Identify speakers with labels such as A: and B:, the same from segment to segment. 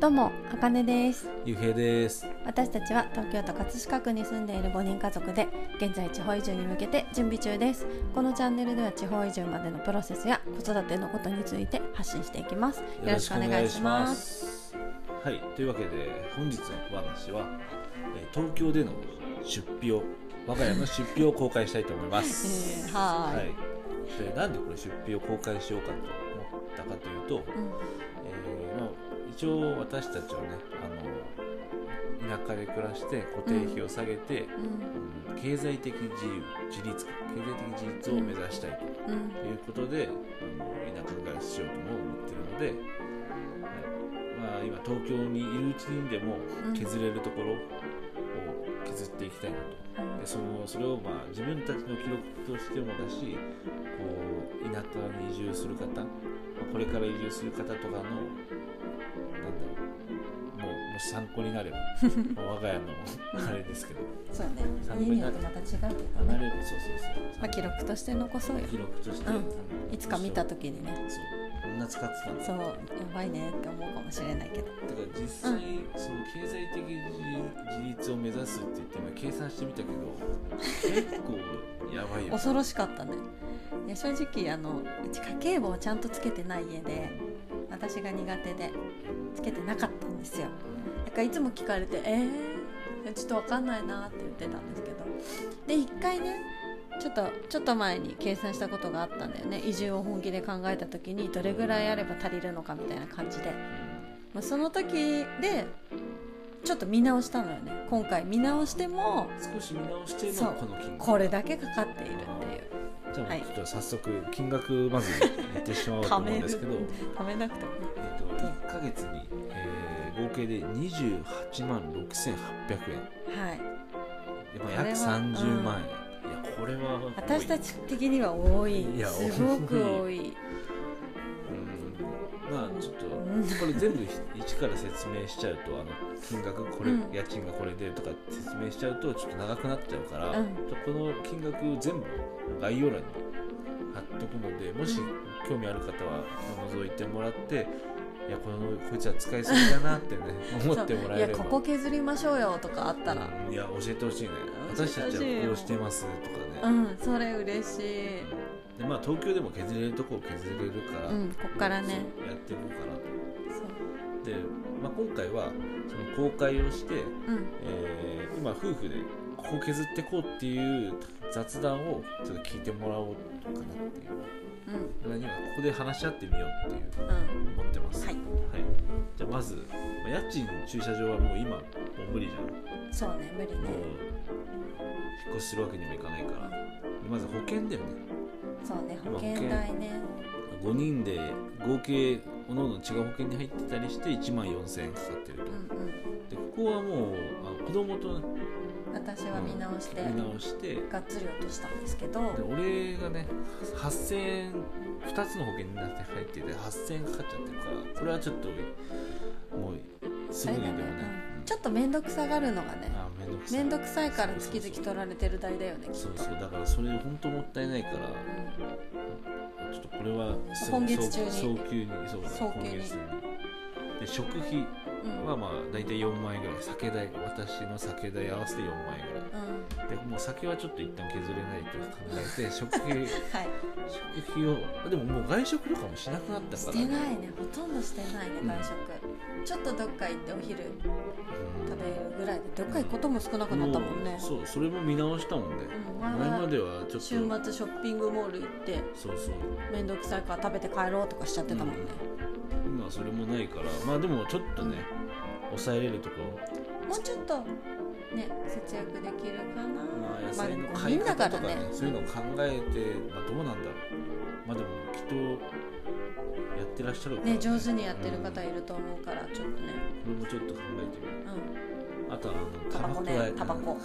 A: どうも、あかねです。
B: ゆうへいです。
A: 私たちは東京都葛飾区に住んでいる5人家族で、現在地方移住に向けて準備中です。このチャンネルでは地方移住までのプロセスや子育てのことについて発信していきます。よろしくお願いします。
B: す。はい、というわけで本日のお話は、えー東京での出費を我が家の出費を公開したいと思いま す。
A: えーはーい
B: でなんでこれ出費を公開しようかと思ったかというと、えーまあ、一応私たちはねあの田舎で暮らして固定費を下げて、
A: うん、
B: 経済的自由自立か経済的自立を目指したいと。
A: うん、うん
B: と、いうことで、あの田舎暮らししようとも思ってるので、はいまあ、今東京にいるうちにでも
A: うん
B: 削れるところを削っていきたいなと、でそのそれをまあ自分たちの記録としてもだしこう田舎に移住する方まあこれから移住する方とかのなんだろうもうもし参考に なればまあ我が家のあれですけど
A: そうね
B: 参。考
A: 家
B: に
A: に
B: な
A: よっ
B: る
A: てまた違うけど
B: 離
A: ね。
B: れるそうそうそう、
A: まあ、記録として残そうよ。
B: 記録として、
A: うん
B: あの
A: いつか見た時にね、
B: そうこんな使ってたんだ
A: そう、やばいねって思うかもしれないけど。
B: だから実際、
A: うん
B: その経済的自自立を目指すって言って今計算してみたけど結構やばいよ
A: 恐ろしかったねいや正直あのうち家計簿をちゃんとつけてない家で私が苦手でつけてなかったんですよだからいつも聞かれて「えー、ちょっとわかんないな」って言ってたんですけどで一回ねちょっとちょっと前に計算したことがあったんだよね移住を本気で考えた時にどれぐらいあれば足りるのかみたいな感じで、まあ、その時でちょっと見直したのよね今回見直しても
B: 少し見直して
A: そ
B: の
A: う
B: この金額
A: これだけかかっているっていう
B: じゃあ
A: はい
B: ちょっと早速金額まず言ってしまおうと思うんです けど
A: 貯める食べなくてもね
B: えっと1か月に、えー合計で28万6800円
A: はい
B: やっぱ
A: これは
B: 約30万円、いやこれは
A: 私たち的には多い
B: いや
A: すごく多
B: 多
A: い
B: うんまあちょっと
A: うん
B: これ全部一から説明しちゃうとあの金額これ、
A: うん
B: 家賃がこれでとか説明しちゃうとちょっと長くなっちゃうから、
A: うん
B: ちょこの金額全部概要欄に貼っとくのでもし興味ある方は覗いてもらっていやこのこいつは使いすぎだなってね 思ってもら
A: い
B: え
A: や
B: れば
A: ここ削りましょうよとかあったら
B: うんいや教えてほしいね
A: 教えてほしいよ
B: 私たちはこうしてますとか
A: う
B: ね、
A: ん、それ嬉しい
B: でまあ東京でも削れるとこを削れるから、
A: うんこっからね
B: そうやっていこうかなと
A: そう
B: で、まあ、今回はその公開をして、
A: うん
B: えー今夫婦でここ削ってこうっていう雑談をちょっと聞いてもらおうかなっていう
A: うん
B: それにはここで話し合ってみようってい
A: う
B: う
A: ん
B: 思ってます
A: はい、
B: じゃあまずまあ家賃駐車場はもう今もう無理じゃんも
A: そうね無理
B: う
A: ね
B: 引っ越しするわけにもいかないからでまず保険だよね
A: そうね
B: 今
A: 保険代ね
B: 5人で合計各々違う保険に入ってたりして1万4000円かかってると
A: うんうん
B: でここはもうあの子供とね
A: 私は見直して
B: 見直してで
A: がっつり落としたんですけど
B: 俺がね8000円2つの保険になって入ってて8000円かかっちゃってるからこれはちょっともうす
A: あ
B: ぐ
A: れ
B: に
A: だ
B: でも
A: ね
B: ね
A: うんちょっと面倒くさがるのがね
B: あめんどくさい
A: 面倒くさいから月々取られてる代だよねきっと
B: そうそうだからそれ本当もったいないから
A: う
B: ちょっとこれはすぐ
A: 今月中に
B: 早早急にそうだ
A: 早急に
B: 今月にで食費
A: んうん
B: はまあ大体4万円ぐらい酒代私の酒代合わせて4万円ぐら
A: う
B: い
A: ん
B: でもう酒はちょっと一旦削れないと考えて食費
A: はい
B: 食費をあでももう外食とかもしなくなった
A: し
B: から
A: てないねほとんどしてないね
B: うん
A: 外食、ちょっとどっか行ってお昼
B: うん
A: 食べるぐらいでどっか行くことも少なくなったもんね
B: うそうそれも見直したもんね、
A: うん
B: 前
A: 前
B: ま
A: は
B: ではちょっと
A: 週末ショッピングモール行って
B: そうそう
A: 面倒くさいから食べて帰ろうとかしちゃってたもんね、
B: 今はそれもないからまあでもちょっとね抑えれるところ
A: もうちょっとね節約できるかな、
B: まあ野
A: まあ
B: 菜の
A: み
B: 買い
A: んな
B: 方
A: か
B: と
A: ら
B: かね
A: ね
B: そういうのを考えて、まあ、どうなんだろうまあでもきっとやってらっしゃるから
A: ね上手にやってる方
B: うん
A: いると思うからちょっとね
B: これもちょっと考えてみる
A: うん
B: あとはあの
A: タ
B: タ
A: バ
B: バ
A: コ
B: コ
A: ね
B: 代
A: タバコ
B: あの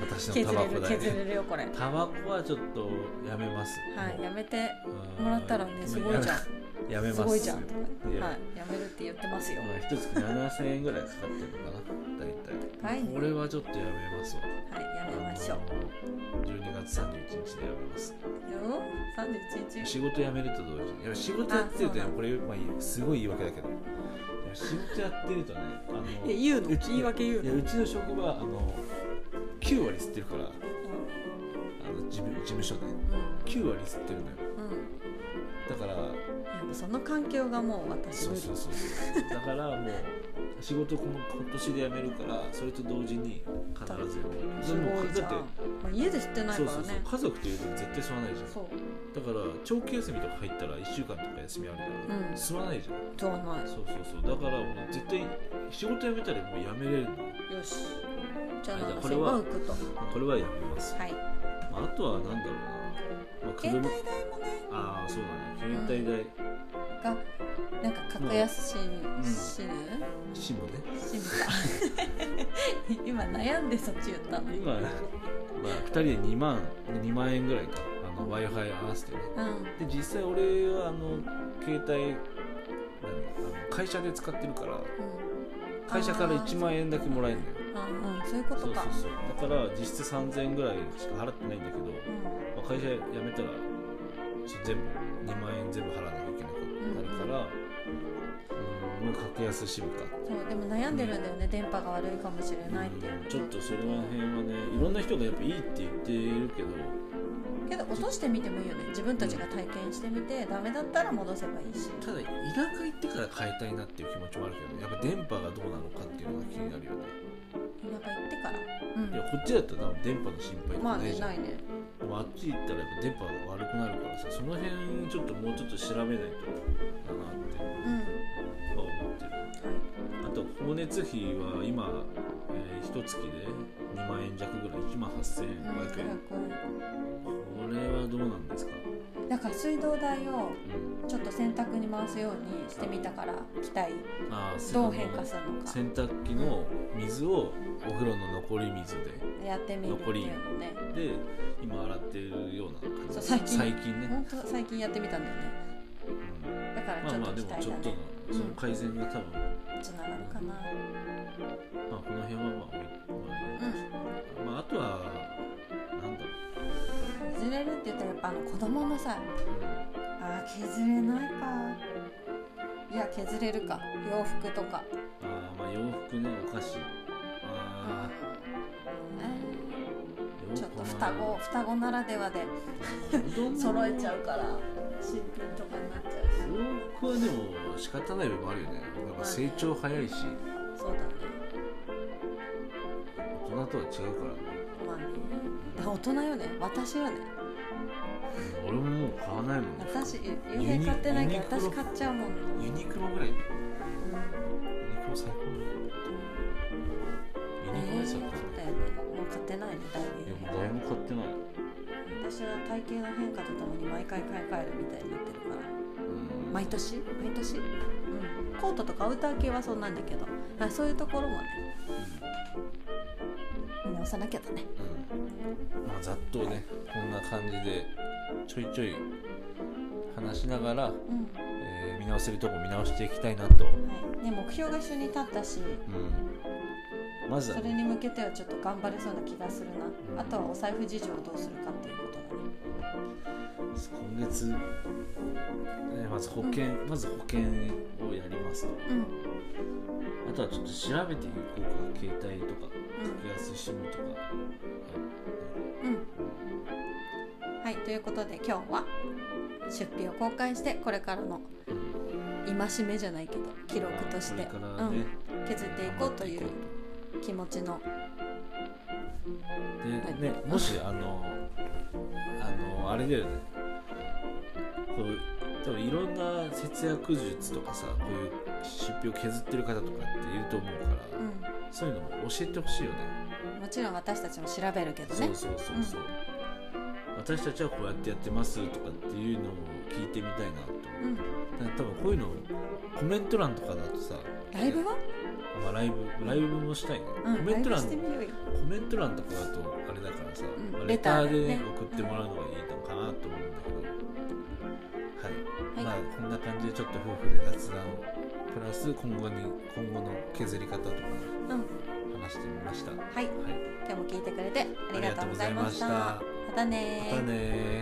B: 私の
A: 削
B: タバ
A: れ
B: コ
A: る
B: 代
A: 削
B: ね
A: れるよこれ
B: タバコはちょっとやめます
A: はい
B: も
A: やめて
B: う
A: もらったらね
B: うん
A: すごいじゃん
B: やめま
A: す
B: す
A: ごいじゃんとか
B: い
A: ね
B: や
A: はいやめるって言ってますよ
B: まあ一月7000円ぐらいかかってるのかな大体、
A: 高いね
B: これはちょっとやめますわ
A: はいやめましょう
B: あの12月31日でやめます
A: よ三十一日
B: 仕事辞めると同時にいや仕事やってると
A: あそう
B: ね
A: なの
B: これ、まあ、いいすごい言い訳だけどやも仕事やってるとねあの
A: いや言うの
B: ち
A: 言い訳言うの
B: いやうちの職場あの9割吸ってるからあの事務事務所で
A: う
B: 9割吸ってるのよ
A: んうん
B: だから
A: やっぱその環境がもう私
B: そう
A: 無理
B: そうそうそうだからもう仕事この今年で辞めるからそれと同時に必ず辞める
A: す
B: も
A: ご
B: う
A: いじゃん、
B: だ
A: ま
B: っ
A: あ、家で知って
B: て
A: ない
B: そう
A: から
B: そうそう
A: ね
B: 家族というと絶対吸わないじゃん
A: そう
B: だから長期休みとか入ったら1週間とか休みあるから、
A: うん
B: 吸わないじゃん
A: そうない
B: そうそうそうだからもう絶対仕事辞めたらもう辞めれるの
A: よしじゃあ
B: あじゃあ
A: 7
B: これ
A: 0
B: は
A: は浮くと
B: これはやめます、
A: はい
B: まあ、あとはなんだろうな、まあ、
A: 携帯代
B: 車
A: もね
B: ああそうだね携帯代、
A: がなんか格安シム
B: ん
A: シム
B: シムね
A: シムか 今悩んでそっち言ったの
B: 今、まあ、2人で2万2万円ぐらいか w i f i 合わせてね
A: うん
B: で実際俺はあの携帯何あの会社で使ってるから会社から1万円だけもらえるのよ
A: うんあうんそういうこ
B: そ
A: と
B: うそう
A: か
B: そうだから実質3000円ぐらいしか払ってないんだけど、まあ、会社辞めたらちょ全部2万円全部払わなきゃいけなくなるから、うんまあ、格安シムか
A: うんそうでも悩んでるんだよね電波が悪いかもしれないっていううん
B: ちょっとそれら辺はねいろんな人がやっぱいいって言ってるけど
A: けど落としてみてもいいよね自分たちが体験してみてダメだったら戻せばいいした
B: だ田舎行ってから変えたいなっていう気持ちもあるけどやっぱ電波がどうなのかっていうのが気になるよね
A: 田舎行ってから
B: いやこっちだったら多分電波の心
A: う
B: 配と
A: んま
B: か
A: あ
B: ない
A: ね
B: じゃん、
A: ないね
B: でもあっち行ったらやっぱ電波が悪くなるからさその辺ちょっともうちょっと調べないとだなって
A: うんはい
B: は思ってるあと光熱費は今、えー、1月で2万円弱ぐらい1万
A: うん
B: 8500円、
A: 500
B: これはどうなんですか、
A: 円だから水道代を
B: うん、
A: ちょっと洗濯に回すようにしてみたから期待
B: あー
A: どう変化するのか
B: 洗濯機の水をお風呂の残り水
A: やってみるっていうのね
B: でで今洗ってるような感じ
A: そう最近
B: ね、
A: 本当最近やってみたんだよね
B: うん
A: だから
B: ま
A: ちょ
B: あ
A: っ
B: まあ
A: と
B: で
A: 期
B: も
A: 待
B: ちょ
A: だ
B: っとの
A: ね
B: その改善が多分、
A: つながるかな
B: まあ、この辺はまあ、まあまあ、あとはなんだろ
A: 削れるって言ったらやっぱあの子供もさ
B: う、うん
A: あー削れないかいや削れるか洋服とか
B: あーまあ洋服ねお菓子あ
A: うん
B: ー洋服
A: ちょっと双子双子ならではで
B: 子供
A: 揃えちゃうから新品とかになっちゃう
B: 洋服はでも仕方ない部分あるよねやっぱ成長早いし
A: しそうだね
B: 大人とは違うからね
A: まあねだから大人よね私よね
B: 俺ももう買わないもん
A: 私ゆゆうへい買ってないけど
B: ユニクロ
A: 私買っちゃうもん、うん
B: ユニクロぐらいユニクロ最高
A: えーそう
B: だよユニクロでさ買う
A: だよねもう買ってないねだいぶ
B: いやもう誰も買ってない
A: 私は体型の変化とともに毎回買い替えるみたいになってるから
B: うん
A: 毎年毎年、うん、コートとかアウター系はそうなんだけどあそういうところもね見直さなきゃだね
B: うんまあざっとねこんな感じでちょいちょい話しながら
A: うん、
B: えー見直せるとこ見直していきたいなと、
A: はい、ね目標が一緒に立ったし
B: うん、まずは
A: そ
B: ね、
A: れに向けてはちょっと頑張れそうな気がする
B: ん
A: なあとはお財布事情をどうするかっていうことだね
B: 今月、ね、まず保険、まず保険をやりますと
A: うん
B: あとはちょっと調べていこうか携帯とか格安シムとか、
A: うんうんはいということで今日は出費を公開してこれからの戒めじゃないけど記録として、
B: これから
A: う
B: ね
A: ん、、削っていこうという
B: 頑
A: 気持ちの
B: 張っていこうとで、
A: は
B: ね、もしあのあのあれだよねこう多分いろんな節約術とかさこういう出費を削ってる方とかっていると思うから、
A: う
B: そういうのも教えてほしいよね。
A: ん、もちろん私たちも調べるけど
B: そ
A: ね
B: うそうそうそう、私たちはこうやってやってますとかっていうのを聞いてみたいなと
A: うん、
B: ただ多分こういうのコメント欄とかだとさ
A: ライブは、
B: まあ、ライブライブもしたいね、
A: うん、
B: コメント
A: ライ
B: 欄
A: ブしてみ
B: コ
A: ようよ
B: メント欄とかだとあれだからさ、
A: うん
B: まあ
A: レ
B: レ
A: タ
B: タ
A: ー
B: ー
A: でね
B: で送ってもらうのがいいのかなと思うんだけど、はい、
A: はい
B: まあこんな感じでちょっと夫婦で雑談をプラス今後に今後の削り方とか
A: うん、
B: 話してみました、はい、
A: はい今日も聞いてくれてありがとうございました
B: ありがとう
A: ま
B: ございま
A: たねー
B: またねー